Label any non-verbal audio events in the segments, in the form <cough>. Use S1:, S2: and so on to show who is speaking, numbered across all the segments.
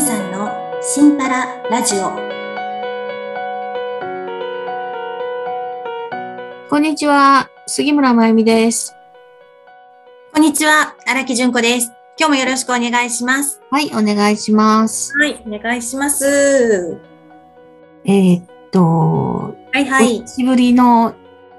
S1: さんのシンパララジオ。
S2: こんにちは、杉村まゆみです。
S1: こんにちは、荒木純子です。今日もよろしくお願いします。
S2: はい、お願いします。
S1: はい、お願いします。
S2: えーっと、
S1: はいはい
S2: 久。しぶりの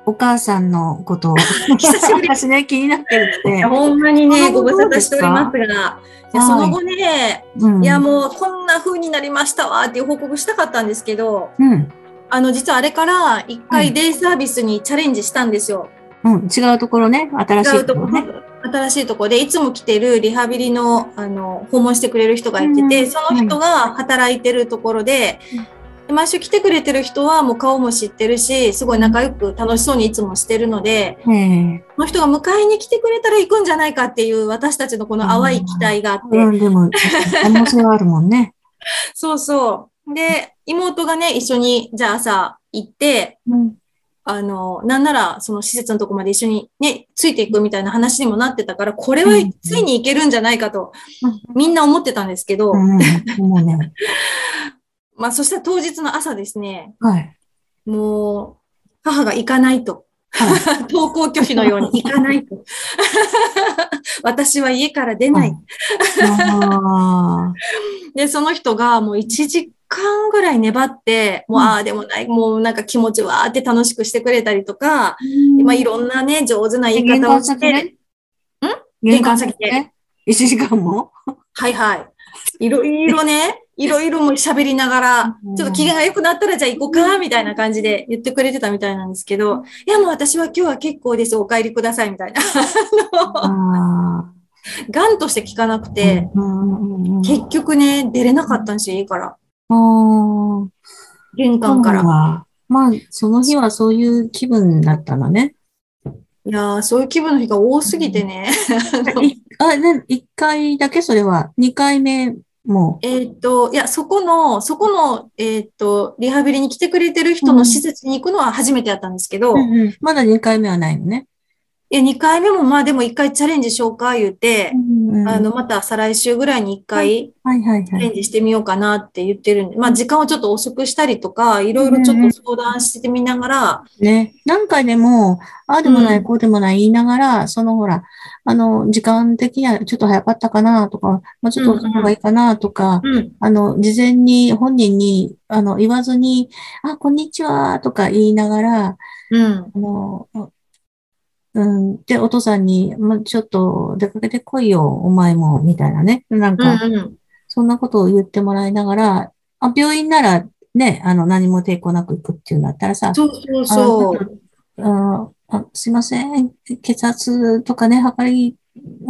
S2: お母さんのこ
S1: <laughs>
S2: とを、久しぶりですね、気になってるって。
S1: ほんまにね、
S2: あ
S1: ご無沙
S2: そう
S1: 汰
S2: で
S1: し
S2: す
S1: てお
S2: か
S1: りますが、いやその後ね、
S2: うん、
S1: いやもうこんな風になりましたわーっていう報告したかったんですけど、
S2: うん、
S1: あの実はあれから一
S2: う
S1: 回
S2: ん
S1: デイサービスにチャレンジしたんですよ。
S2: うん、違うところね、新し
S1: 違う
S2: い
S1: と
S2: とこ
S1: こ
S2: ろね。
S1: 新しいとこでいつも来てるリハビリのあの訪問してくれる人がいてて、
S2: うん
S1: その人が働いてるところで
S2: うん、
S1: で毎週来てくれてる人はもう顔も知ってるしすごい仲良く楽しそうにいつもしてるので
S2: ええ
S1: この人が迎えに来てくれたら行くんじゃないかっていう私たちのこの淡い期待があって、
S2: うん、でも、可能性はあるもんね。
S1: そうそうで妹がね一緒にじゃあ朝行って
S2: うん、
S1: あの、なんなら、その施設のとこまで一緒にね、ついていくみたいな話にもなってたから、これは
S2: うん
S1: ついにいけるんじゃないかと
S2: うん、
S1: みんな思ってたんですけど、
S2: うん、もうね、
S1: まあ、そしたら当日の朝ですね、
S2: はい。
S1: もう、母が行かないと。
S2: は
S1: <laughs> 登校拒否のよう
S2: <laughs>
S1: に行かないと。 <laughs> 私は家から出ない。
S2: あ
S1: で、その人がもう1時間ぐらい粘って、もう、
S2: うん
S1: ああでもない、もうなんか気持ちわーって楽しくしてくれたりとか、
S2: ー
S1: まあいろんなね、上手な言い
S2: 玄
S1: 方を
S2: 関
S1: し
S2: 先
S1: て、
S2: ね。ん
S1: 玄
S2: 玄
S1: 関
S2: 関
S1: 先
S2: 先
S1: で
S2: ね。1時間
S1: <laughs>
S2: も
S1: はいはい。いろいろね、いろいろも喋りながら、ちょっと気が良くなったらじゃあ行こうか、みたいな感じで言ってくれてたみたいなんですけど、いやもう私は今日は結構です、お帰りください、みたいな。 <laughs>
S2: ああ。
S1: ガンとして聞かなくて、
S2: うんうんうんうん、
S1: 結局ね、出れなかったんですよ、家から。
S2: あ
S1: 玄
S2: あ、
S1: 関から。
S2: ら。まあ、その日はそういう気分だったのね。
S1: いやー、そういう気分の日が多すぎてね。 <laughs>
S2: いあ、ね、一回だけそれは。二回目も。
S1: えーっと、いや、そこの、そこの、えーっと、リハビリに来てくれてる人の施設に行くのは初めてやったんですけど、
S2: まだ二回目はないのね。
S1: いや、2回目もまあでも1回チャレンジしようか、言って、
S2: うん
S1: あの、また再来週ぐらいに一回
S2: はいはい
S1: チャ
S2: は
S1: レ
S2: い。
S1: ンジしてみようかなって言ってるんで、まあ時間をちょっと遅くしたりとか、いろいろちょっと相談してみながら、
S2: ね。何回でも、ああでもな
S1: うん
S2: い、こうでもない言いながら、そのほら、あの、時間的にはちょっと早かったかなとか、もうちょっと遅い方がいいかなとか、
S1: うん、
S2: あの、事前に本人に、あの、言わずに、あ、こんにちはとか言いながら、
S1: うん、
S2: あの、うん、で、お父さんに、ま、ちょっと出かけてこいよ、お前も、みたいなね。なん
S1: うん、
S2: か、そんなことを言ってもらいながら、あ、病院なら、ね、あの、何も抵抗なく行くっていうんだったらさ、
S1: そうそうそう。
S2: ああ、すいません、血圧とかね、測り、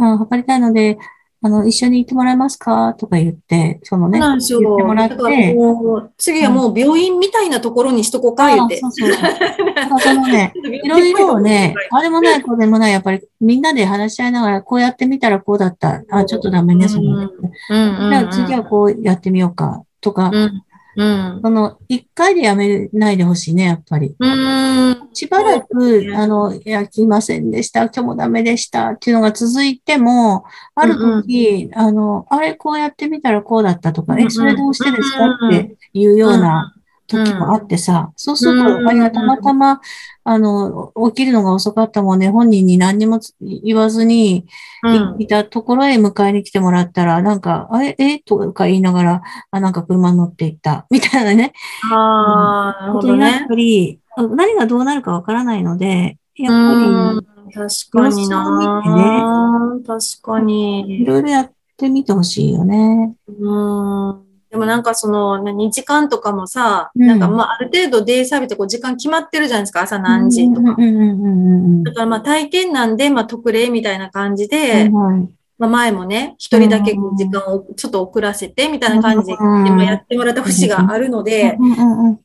S2: あ、測りたいので、あの、一緒に行ってもらえますかとか言って、その
S1: そう
S2: ね、
S1: なんですよ。
S2: 言ってもらって
S1: だからもう、次はもう病院みたいなところにしとこうか、言
S2: あ
S1: って
S2: そ。うそうそう。なん
S1: <laughs>
S2: かそのね、いろいろね、あれもない、これもない、やっぱりみんなで話し合いながら、こうやってみたらこうだった。あ、ちょっとダメね、そのね。
S1: うん、うん、
S2: じゃあ次はこうやってみようか、とか
S1: う、ん、うん。
S2: その、一回でやめないでほしいね、やっぱり。
S1: うん、
S2: しば
S1: う
S2: ら
S1: です
S2: く、
S1: ね
S2: あの、やきませんでした、今日もダメでした、っていうのが続いても、ある時、あの、あれ、こうやってみたらこうだったとか、
S1: うんう
S2: え、
S1: ん
S2: それどうしてですか
S1: うん
S2: っ
S1: うん
S2: ていうような、時もあってさ、そうする
S1: う
S2: と、
S1: ん
S2: あれがたまたま、あの、起きるのが遅かったもんね、本人に何にもつ言わずに、
S1: うん、うん
S2: いいたところへ迎えに来てもらったら、なんか、あれ、えとか言いながら、あ、なんか車乗っていった、みたいなね、
S1: ああ、なる
S2: こ
S1: ほ
S2: と
S1: ど
S2: になっ
S1: ね。
S2: たり、何がどうなるかわからないので、や
S1: う
S2: っ
S1: ん
S2: ぱ
S1: 確かにな、確か
S2: り、い
S1: に。
S2: ろいろやってみてほしいよね。
S1: うん。でもなんかその、何、時間とかもさ、
S2: うん
S1: なんかまあある程度デイサービスってこう時間決まってるじゃないですか、朝何時とか。
S2: うんうんうんうんうん
S1: だからまあ体験なんで、まあ特例みたいな感じ
S2: は
S1: で
S2: い、はい
S1: まあ前もね、一人だけこう時間をちょっと遅らせてみたいな感じで、
S2: うん
S1: まあやってもらった節があるので、
S2: うんうんうん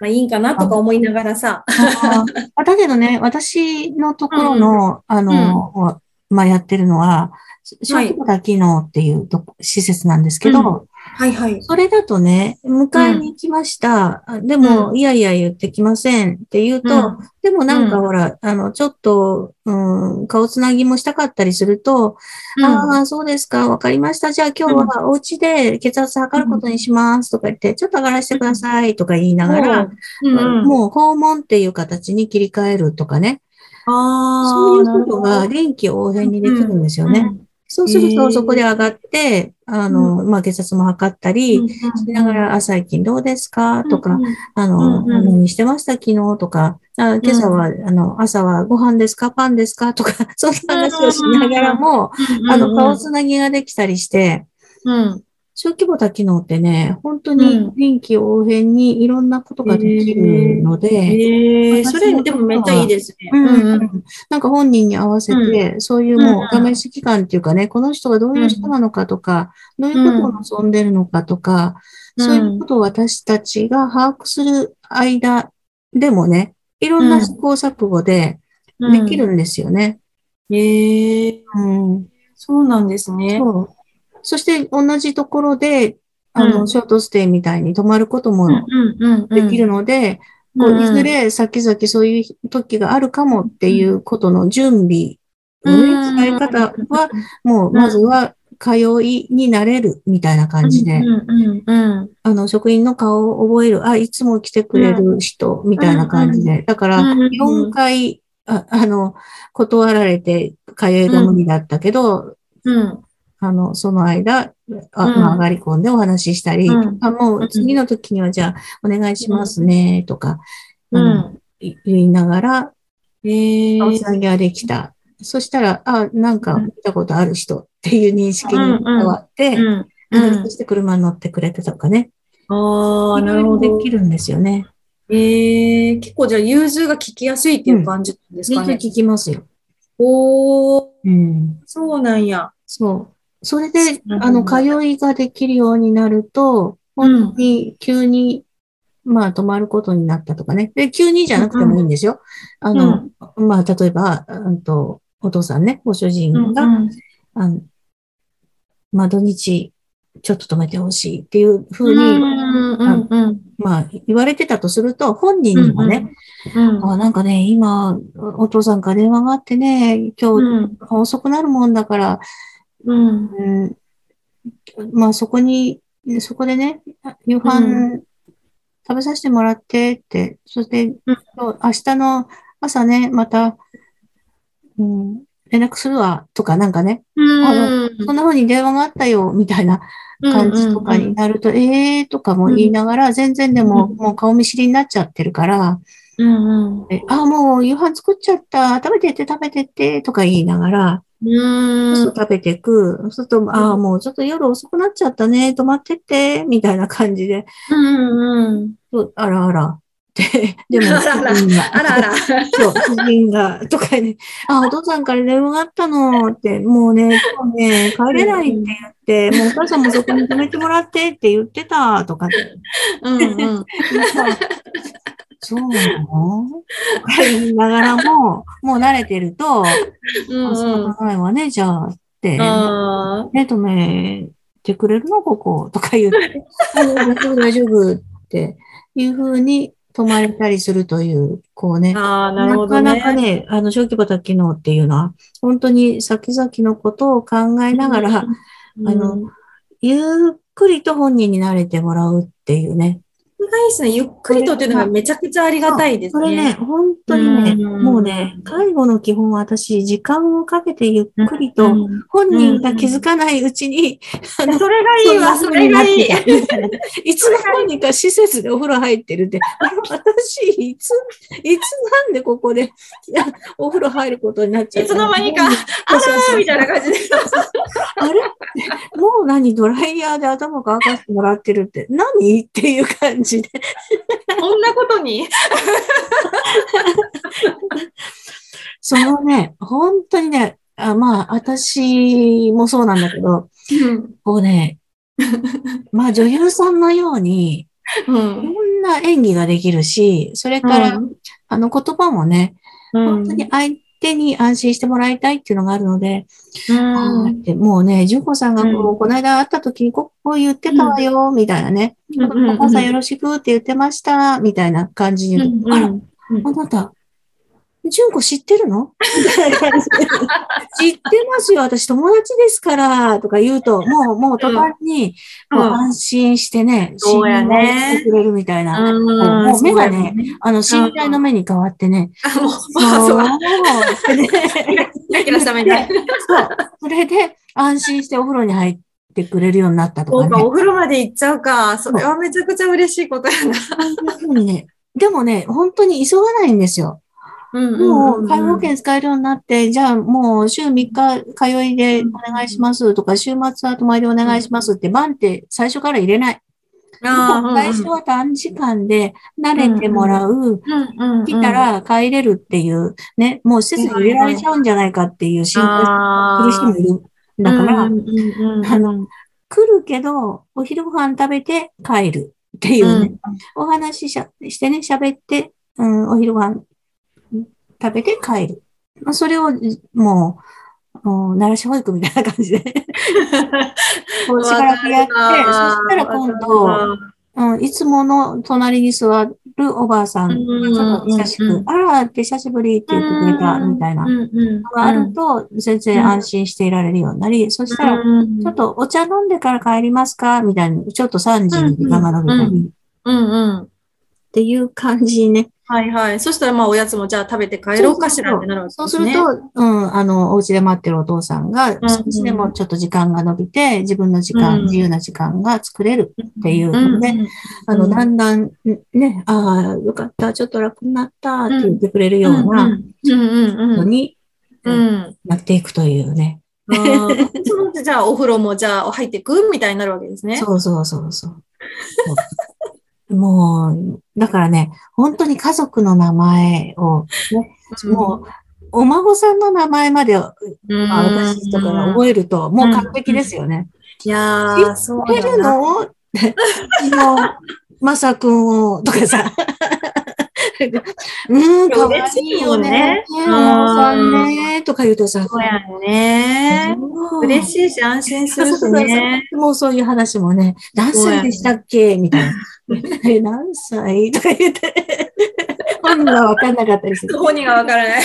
S1: まあいいんかなとか思いながらさ。
S2: あーあだけどね、私のところの、あの、まあ、やってるのは、小規模な機能っていうとこ施設なんですけど、
S1: はいはい。
S2: それだとね、迎えに行きました。あでも、
S1: うん
S2: いやいや言ってきませんって言うと、
S1: うん
S2: でもなんか
S1: うん
S2: ほら、あの、ちょっと、うん、顔つなぎもしたかったりすると、ああ、そうですか、わかりました。じゃあ今日はお家で血圧測ることにしますとか言って、ちょっと上がらせてくださいとか言いながら、
S1: うん、うん、
S2: もう訪問っていう形に切り替えるとかね、
S1: ああ、
S2: そういうことが臨機応変にできるんですよね。そうする
S1: へー
S2: と、そこで上がって、あの、まあ、血圧も測ったり、しながら、あ、最近どうですかとか、、あの、
S1: うんうん
S2: 何してました昨日とか、あ今朝は、あの、朝はご飯ですかパンですかと <laughs> か、そんな話をしながらも、あの、顔つなぎができたりして、
S1: うん、
S2: 小規模な機能ってね、本当に臨機応変にいろんなことができるので、
S1: ええ、
S2: 私
S1: それでもめっちゃいいですね。
S2: うんうんなんか本人に合わせて、そういうもう
S1: うんう
S2: お試し期間っていうかね、この人がどういう人なのかとか、どういうことを望んでるのかとか、
S1: うん
S2: そういうことを私たちが把握する間でもね、いろんな試行錯誤で
S1: うん
S2: でき。るんですよね。
S1: ええ、
S2: うん
S1: そうなんですね。
S2: そうそして同じところで、あ
S1: うん
S2: の、ショートステイみたいに泊まることも
S1: うん、
S2: できるので、こういずれ先々そういう時があるかもっていうことの準備の
S1: うん
S2: ね、使い方は、もうまずは通いになれるみたいな感じで、
S1: うん、うん、
S2: あの、職員の顔を覚える、あ、いつも来てくれる人みたいな感じで、だから
S1: うん
S2: 4回、ああの、断られて通いが無理だったけど、
S1: うん、
S2: あの、その間、あ
S1: うん
S2: まあ上がり込んでお話ししたり、
S1: うん
S2: あもう次の時にはじゃあお願いしますね、とか、あのい言いながら、
S1: ええ、
S2: おつなぎができた。そしたら、あ、なんか見たことある人っていう認識に変わって、
S1: うん、
S2: そして車に乗ってくれてとかね。
S1: ああ、なるほ
S2: いろい
S1: ど
S2: ろで。きるんですよね。
S1: ええ、結構じゃあ融通が聞きやすいっていう感じです
S2: 全
S1: か
S2: 然
S1: ね。
S2: 聞きますよ。
S1: おお、
S2: うん。
S1: そうなんや。
S2: そう。それで、
S1: うん
S2: あの、通いができるようになると、
S1: うん
S2: 本当に急に、まあ、泊まることになったとかね。で、急にじゃなくてもいいんですよ。あの、まあ、例えば、うんと、お父さんね、ご主人が、
S1: うん
S2: あの、まあ、土日、ちょっと止めてほしいっていうふうに、
S1: うんうんうん
S2: まあ、言われてたとすると、本人にもね、
S1: うん
S2: あなんかね、今、お父さんから電話があってね、
S1: う
S2: 今日、
S1: ん
S2: 遅くなるもんだから、
S1: うん
S2: うん、まあ、そこに、そこでね、夕
S1: う
S2: 飯食べさせてもらってって、そして、今日明日の朝ね、また、うん、連絡するわ、とかなんかね、
S1: うん
S2: そんな風に電話があったよ、みたいな感じとかになると、えーとかも言いながら、全然でも、
S1: うん
S2: もう顔見知りになっちゃってるから、
S1: うんうん
S2: えあ、もう夕飯作っちゃった、食べてって食べてって、とか言いながら、
S1: うん
S2: そう食べてく、そうすると、ああ、もうちょっと夜遅くなっちゃったね、泊まってって、みたいな感じで、
S1: うんうん
S2: そうあらあら、って、でも、
S1: あらあら
S2: 主人が
S1: あらあら
S2: そう、主人が、とかね、あ、お父さんから電話があったのって、もうね、今日ね、帰れないって言って、もうお母さんもそこに止めてもらってって言ってた、とかって。
S1: うんうん
S2: <laughs> そうなのとか言いながらも、もう慣れてると、
S1: うん
S2: あ、仕
S1: うん
S2: 方ないわね、じゃあ、って。
S1: あ
S2: ね、止めてくれるのここ、とか言って。あ <laughs> 大丈夫、大丈夫、っていうふうに止まれたりするという、こうね
S1: ー。あーなるほど
S2: なかなか
S1: ね
S2: ね、あの、小規模多機能っていうのは、本当に先々のことを考えながら、
S1: うん
S2: あのゆっくりと本人に慣れてもらうっていうね。
S1: それがいいですねゆっくりとっていうのがめちゃくちゃありがたいです
S2: それね、
S1: ね
S2: 本当にね、
S1: うん
S2: もうね、介護の基本は私、時間をかけてゆっくりと、
S1: うん
S2: 本人が気づかないうちに、
S1: それがいいわそれがいい
S2: <laughs> いつの間にか施設でお風呂入ってるって、あれ私、いつ、いつなんでここでいやお風呂入ることになっちゃった
S1: いつの間にか
S2: そうそうそう
S1: みたいな感じで
S2: あれもう何ドライヤーで頭乾かしてもらってるって、何っていう感じで。
S1: こんなことに
S2: そのね、本当にね、あまあ、私もそうなんだけど、
S1: うん
S2: こ
S1: <laughs>
S2: うね、まあ女優さんのように、
S1: う
S2: いろ
S1: ん
S2: んな演技ができるし、それから、あの言葉もね、
S1: うん
S2: 本当に相手に安心してもらいたいっていうのがあるので、
S1: うん。う
S2: だっ
S1: ん
S2: てもうね、純子さんがこう、この間会った時にここう言ってたわよ、みたいなね、
S1: うんうんうん
S2: お母さんよろしくって言ってました、みたいな感じに言うと、
S1: うん
S2: あら、あなた、純子知ってる
S1: <laughs>
S2: のみたいな感じで知ってますよ、私友達ですから、とか言うと、もう、もう途端に、
S1: うん
S2: もう安心してね、
S1: そうやね
S2: 信頼してくれるみたいな、
S1: うん
S2: もう目がね、あの、信頼の目に変わってね、
S1: あ、もう、あそうだ。
S2: そうってね
S1: キラキラした目で。
S2: <laughs> そう。それで、安心してお風呂に入ってくれるようになったと
S1: そう
S2: か
S1: か、
S2: ね。
S1: お風呂まで行っちゃうか。それはめちゃくちゃ嬉しいことやな。
S2: そういうふうにね。でもね、本当に急がないんですよ。
S1: うん
S2: もう、介護保険使えるようになって、じゃあもう週3日通いでお願いしますとか、週末は泊まりでお願いしますって、バンって最初から入れない。
S1: あ
S2: もう
S1: あ、
S2: 最初は短時間で慣れてもらう。
S1: うんうん。
S2: 来たら帰れるっていう、ね、もう施設に入れられちゃうんじゃないかっていう心配す
S1: あ
S2: る人もいる。だから、
S1: うんうんうん
S2: あの、来るけど、お昼ご飯食べて帰るっていうね、お話ししゃしてね、喋って、うん、お昼ご飯うん食べて帰る。まあ、それを、もう、もう、鳴らし保育みたいな感じで、 <laughs> こうしばらくやって、そしたら今度、うん、いつもの隣に座るおばあさんが、ちょっと久し
S1: うんうん
S2: く、あらって久しぶりって言ってくれたみたいなのがあると、全然安心していられるようになり、そしたら、ちょっとお茶飲んでから帰りますかみたいな、ちょっと3時に時間が伸びた
S1: うん
S2: り、
S1: うんうん。
S2: っていう感じね。
S1: はいはい。そしたら、まあ、おやつもじゃあ食べて帰ろうかしらってなるわけ
S2: そ
S1: で
S2: うす
S1: す
S2: る
S1: ね。
S2: と、うん、あの、お家で待ってるお父さんが、
S1: ん
S2: 少しでもちょっと時間が伸びて、自分の時間、
S1: うん
S2: 自由な時間が作れるっていう
S1: うん
S2: ので、あの、だんだん、ね、ああ、よかった、ちょっと楽になったって言ってくれるような
S1: うんうんうん
S2: の
S1: うん
S2: に
S1: うん。
S2: なっていくというね。
S1: あーそのうちじゃあ、お風呂もじゃあ、入ってくみたいになるわけですね。
S2: そうそうそうそう。そう <laughs> もう、だからね、本当に家族の名前を、もう、お孫さんの名前まで、ま
S1: うん、
S2: あ、私とかが覚えると、もう完璧ですよね。
S1: いやー、そう
S2: 覚え
S1: だ
S2: る
S1: な。
S2: のって、うちの、まさくんを、とか
S1: <laughs>
S2: さ。うん、かわいいよね。ね
S1: 嬉しいよね
S2: お孫さんね、とか言うとさ、
S1: そうやね。嬉しいし、安心するしね。
S2: もうそういう話もね、何歳でしたっけみたいな。え何歳とか言って、本人が分かんなかったりする。
S1: 本人がわからな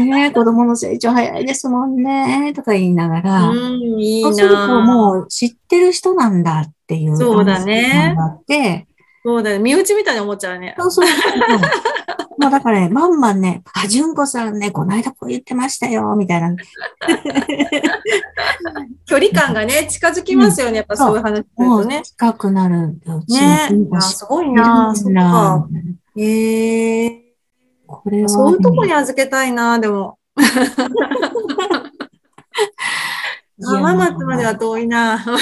S1: い。
S2: ね子供の成長早いですもんね、とか言いながら、
S1: うん、いい
S2: そうすると
S1: な
S2: もう知ってる人なんだっていう
S1: そうだね
S2: 安心感があって、
S1: そうだね。身内みたいに思っちゃうね。
S2: そう <laughs> そうそう。もうだからね、バンバンね、あ、純子さんね、この間こう言ってましたよ、みたいな。
S1: 距離感がね、近づきますよね。やっぱそういう話する
S2: も
S1: と
S2: う
S1: ね。
S2: 近くなるんだよ。うちの
S1: ね
S2: 純子
S1: あ
S2: 知っ
S1: すごい
S2: てる
S1: なそ
S2: ん
S1: っ
S2: だ
S1: か。。へえ
S2: これは。
S1: そういうとこに預けたいなでも。
S2: いや
S1: あママとまでは遠いな
S2: もう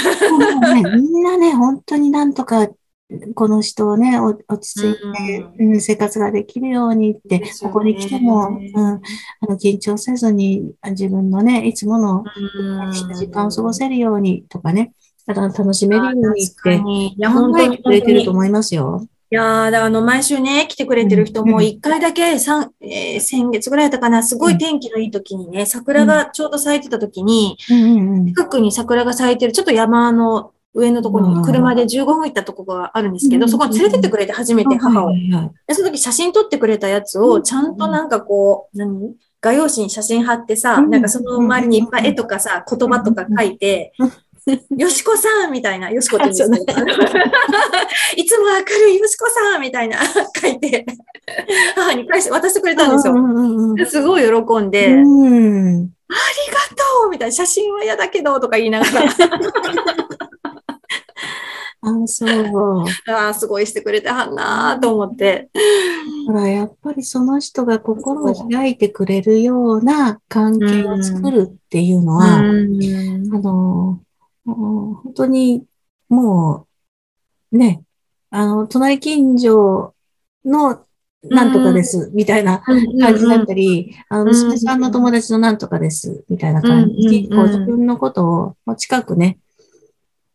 S2: ね、みんなね、本当になんとか、この人をね、お落ち着
S1: <laughs>
S2: いて、うん、生活ができるようにって、
S1: ですよ
S2: こ
S1: ね
S2: こに来ても、うん、あの緊張せずに、あ自分のね、いつもの時間を過ごせるようにとかね、あの楽しめるようにっ
S1: 確か
S2: て、
S1: にいや、本
S2: 考
S1: 当
S2: え
S1: に
S2: てくれてる
S1: 本当
S2: と
S1: に
S2: 思いますよ。
S1: いやーだあの、毎週ね、来てくれてる人
S2: う
S1: も、
S2: ん
S1: 一回だけ、さんえー先月ぐらいだったかな、すごい天気のいい時にね、桜がちょうど咲いてた時に、
S2: うんうんうん。
S1: 近くに桜が咲いてる、ちょっと山の上のところに車で15分行ったところがあるんですけ
S2: う
S1: ど、
S2: ん
S1: そこに連れてってくれて初めて母を
S2: はい。はいはい
S1: で、その時写真撮ってくれたやつを、ちゃんとなんかこう、何画用紙に写真貼ってさ、
S2: うん
S1: なんかその周りにいっぱい絵とかさ、言葉とか書いて、 <laughs> よしこさんみたいな、よしこって言うんですけど、 <laughs> いつも明るいよしこさんみたいな、書いて、母に返して渡してくれたんです
S2: う
S1: よ。
S2: んうんうんうん
S1: すごい喜んで、ど
S2: うん。
S1: うみたいな、写真は嫌だけど、とか言いなが
S2: あ、そう。 <laughs>
S1: ら、ああ、すごいしてくれてはんなーと思って。
S2: だからやっぱりその人が心を開いてくれるような関係を作るっていうのは、
S1: うん
S2: あの、うん本当にもう、ね、あの、隣近所のなんとかです、みたいな感じだったり、あの、
S1: うん
S2: 娘さんの友達のなんとかです、みたいな感じに、
S1: うん
S2: こう
S1: うん
S2: 自分のことをもう近くね、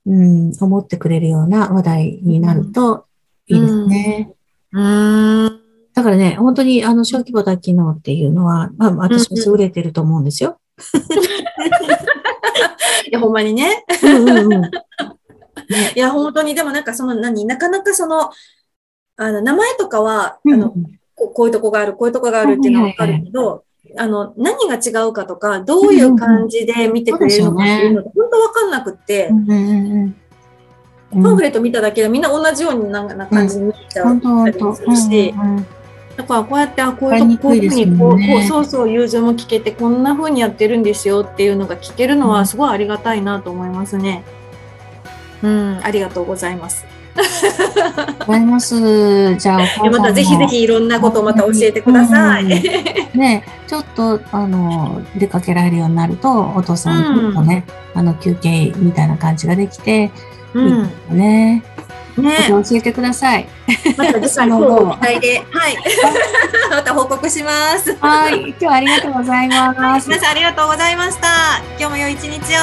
S2: うん、思ってくれるような話題になるといいですね。
S1: うん。
S2: だからね、本当にあの小規模な機能っていうのは、まあ、私も優れてると思うんですよ。
S1: いや、ほんまにね。
S2: うんうんうん。
S1: いや、本当に、でもなんかその何、なかなかその、あの、名前とかは、あの、こうこういうとこがある、こういうとこがあるっていうのはわかるけど、あの、何が違うかとか、どういう感じで見てくれるのかっていうのが、本当わかんなくって
S2: う、んうんうん。
S1: パンフレット見ただけでみんな同じようになんかな感じに見えちゃ
S2: 本当
S1: った
S2: 本
S1: り
S2: 当
S1: もするし、
S2: うんうん
S1: だからこうやって、あ、こう
S2: わかり
S1: いう
S2: に
S1: とこ、こう
S2: くい
S1: いう
S2: です
S1: ふ
S2: よ
S1: う
S2: ね
S1: に、こう、こう、そうそう、友情も聞けて、こんな風にやってるんですよっていうのが聞けるの
S2: う
S1: は、
S2: ん
S1: すごいありがたいなと思いますね。うん、ありがとうございます。
S2: ございます。じゃあ、お母さんも
S1: またぜひぜひいろんなことをまた教えてください。
S2: うんうんね、ちょっと、あの、出かけられるようになると、お父さん、ちょっとね、あの、休憩みたいな感じができて、
S1: うん。
S2: ね、ま
S1: ね
S2: た教えてください。
S1: また次回、ご期待で。
S2: <laughs>
S1: はい。 <laughs> また報告します。
S2: はい、今日はありがとうございます。
S1: 皆さんありがとうございました。今日も良い一日を。